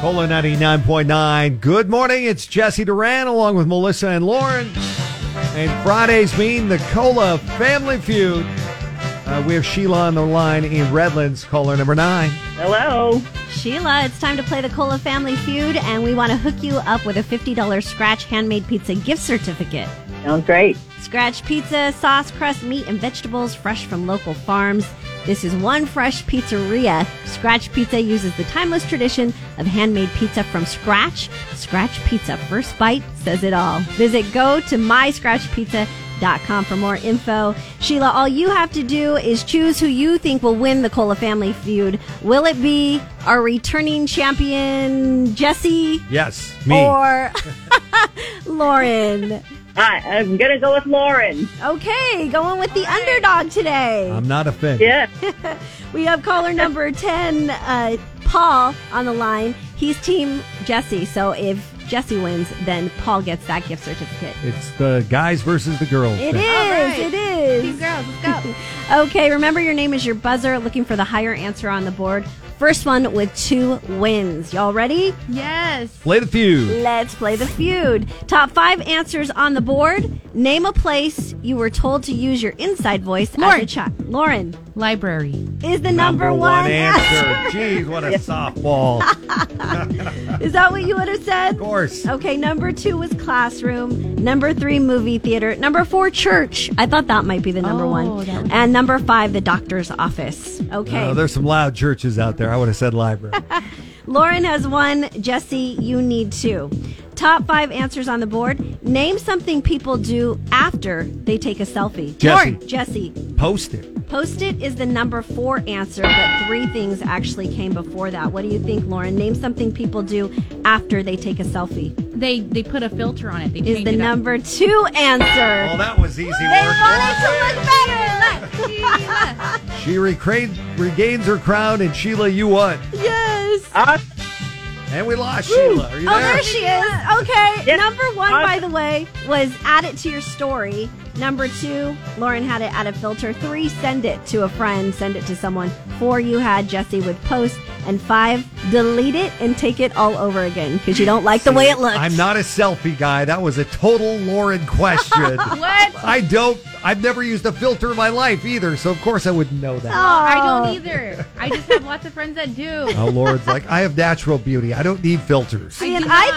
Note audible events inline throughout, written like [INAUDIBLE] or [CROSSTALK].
Cola 99.9. Good morning. It's Jesse Duran along with Melissa and Lauren. And Fridays mean the Cola family feud. Uh, we have Sheila on the line in Redlands, caller number nine. Hello. Sheila, it's time to play the Cola Family Feud, and we want to hook you up with a $50 Scratch handmade pizza gift certificate. Sounds great. Scratch pizza, sauce, crust, meat, and vegetables fresh from local farms. This is one fresh pizzeria. Scratch Pizza uses the timeless tradition of handmade pizza from scratch. Scratch Pizza First Bite says it all. Visit go to myscratchpizza.com for more info. Sheila, all you have to do is choose who you think will win the Cola Family feud. Will it be our returning champion, Jesse, Yes, me. or [LAUGHS] Lauren? I, I'm going to go with Lauren. Okay, going with the underdog today. I'm not offended. Yeah. we have caller number 10, uh, Paul, on the line. He's team Jesse, so if Jesse wins, then Paul gets that gift certificate. It's the guys versus the girls. It is, right. it is. Team girls, let's [LAUGHS] go. Okay, remember your name is your buzzer, looking for the higher answer on the board. First one with two wins. Y'all ready? yes. Play the feud. Let's play the feud. Top five answers on the board. Name a place you were told to use your inside voice as a Lauren. child. Lauren. Library. is the number, one, answer. Jeez, what [LAUGHS] a softball. Of Is that what you would have said? course. Okay, number two was classroom. Number three, movie theater. Number four, church. I thought that might be the number Oh, one. that would- And number five, the doctor's office. Okay. Uh, there's some loud churches out there. I would have said library. Lauren has one. Jesse, you need two. Top five answers on the board. Name something people do after they take a selfie. Jesse. Lauren, Jesse. Post it. Post it is the number four answer, but three things actually came before that. What do you think, Lauren? Name something people do after they take a selfie. They they put a filter on it. They Is change the it up. number two Well, answer. that was easy work. it to look better. [LAUGHS] She recra- regains her crown, and Sheila, you won. yes. Awesome. And we lost Sheila. Are you Oh, there? there she is. Okay. Yeah. Number one, Uh, by the way, was add it to your story. Number two, Lauren had it at a filter. Three, send it to a friend, send it to someone. Four, you had Jesse with post. And five, delete it and take it all over again because you don't like the way it looks. I'm not a selfie guy. That was a total Lauren question. [LAUGHS] What? I don't. I've never used a filter in my life either, so of course I wouldn't know that. I Oh. don't either. I just have lots of friends that do. Oh, Lauren's like, [LAUGHS] I have natural beauty. I don't need filters. See, and do I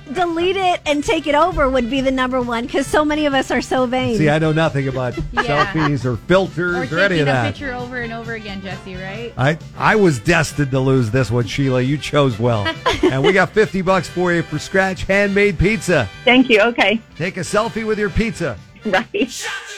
thought delete it and take it over would be the number one because so many of us are so vain. See, I know nothing about Yeah. selfies or filters Or or, taking any a of that. picture over and over again, Jesse. Right? I, I was destined to lose this one, Sheila. You chose well. and we got 50 bucks for you for scratch handmade pizza. Thank you. Okay. [LAUGHS] Take a selfie with your pizza. Right.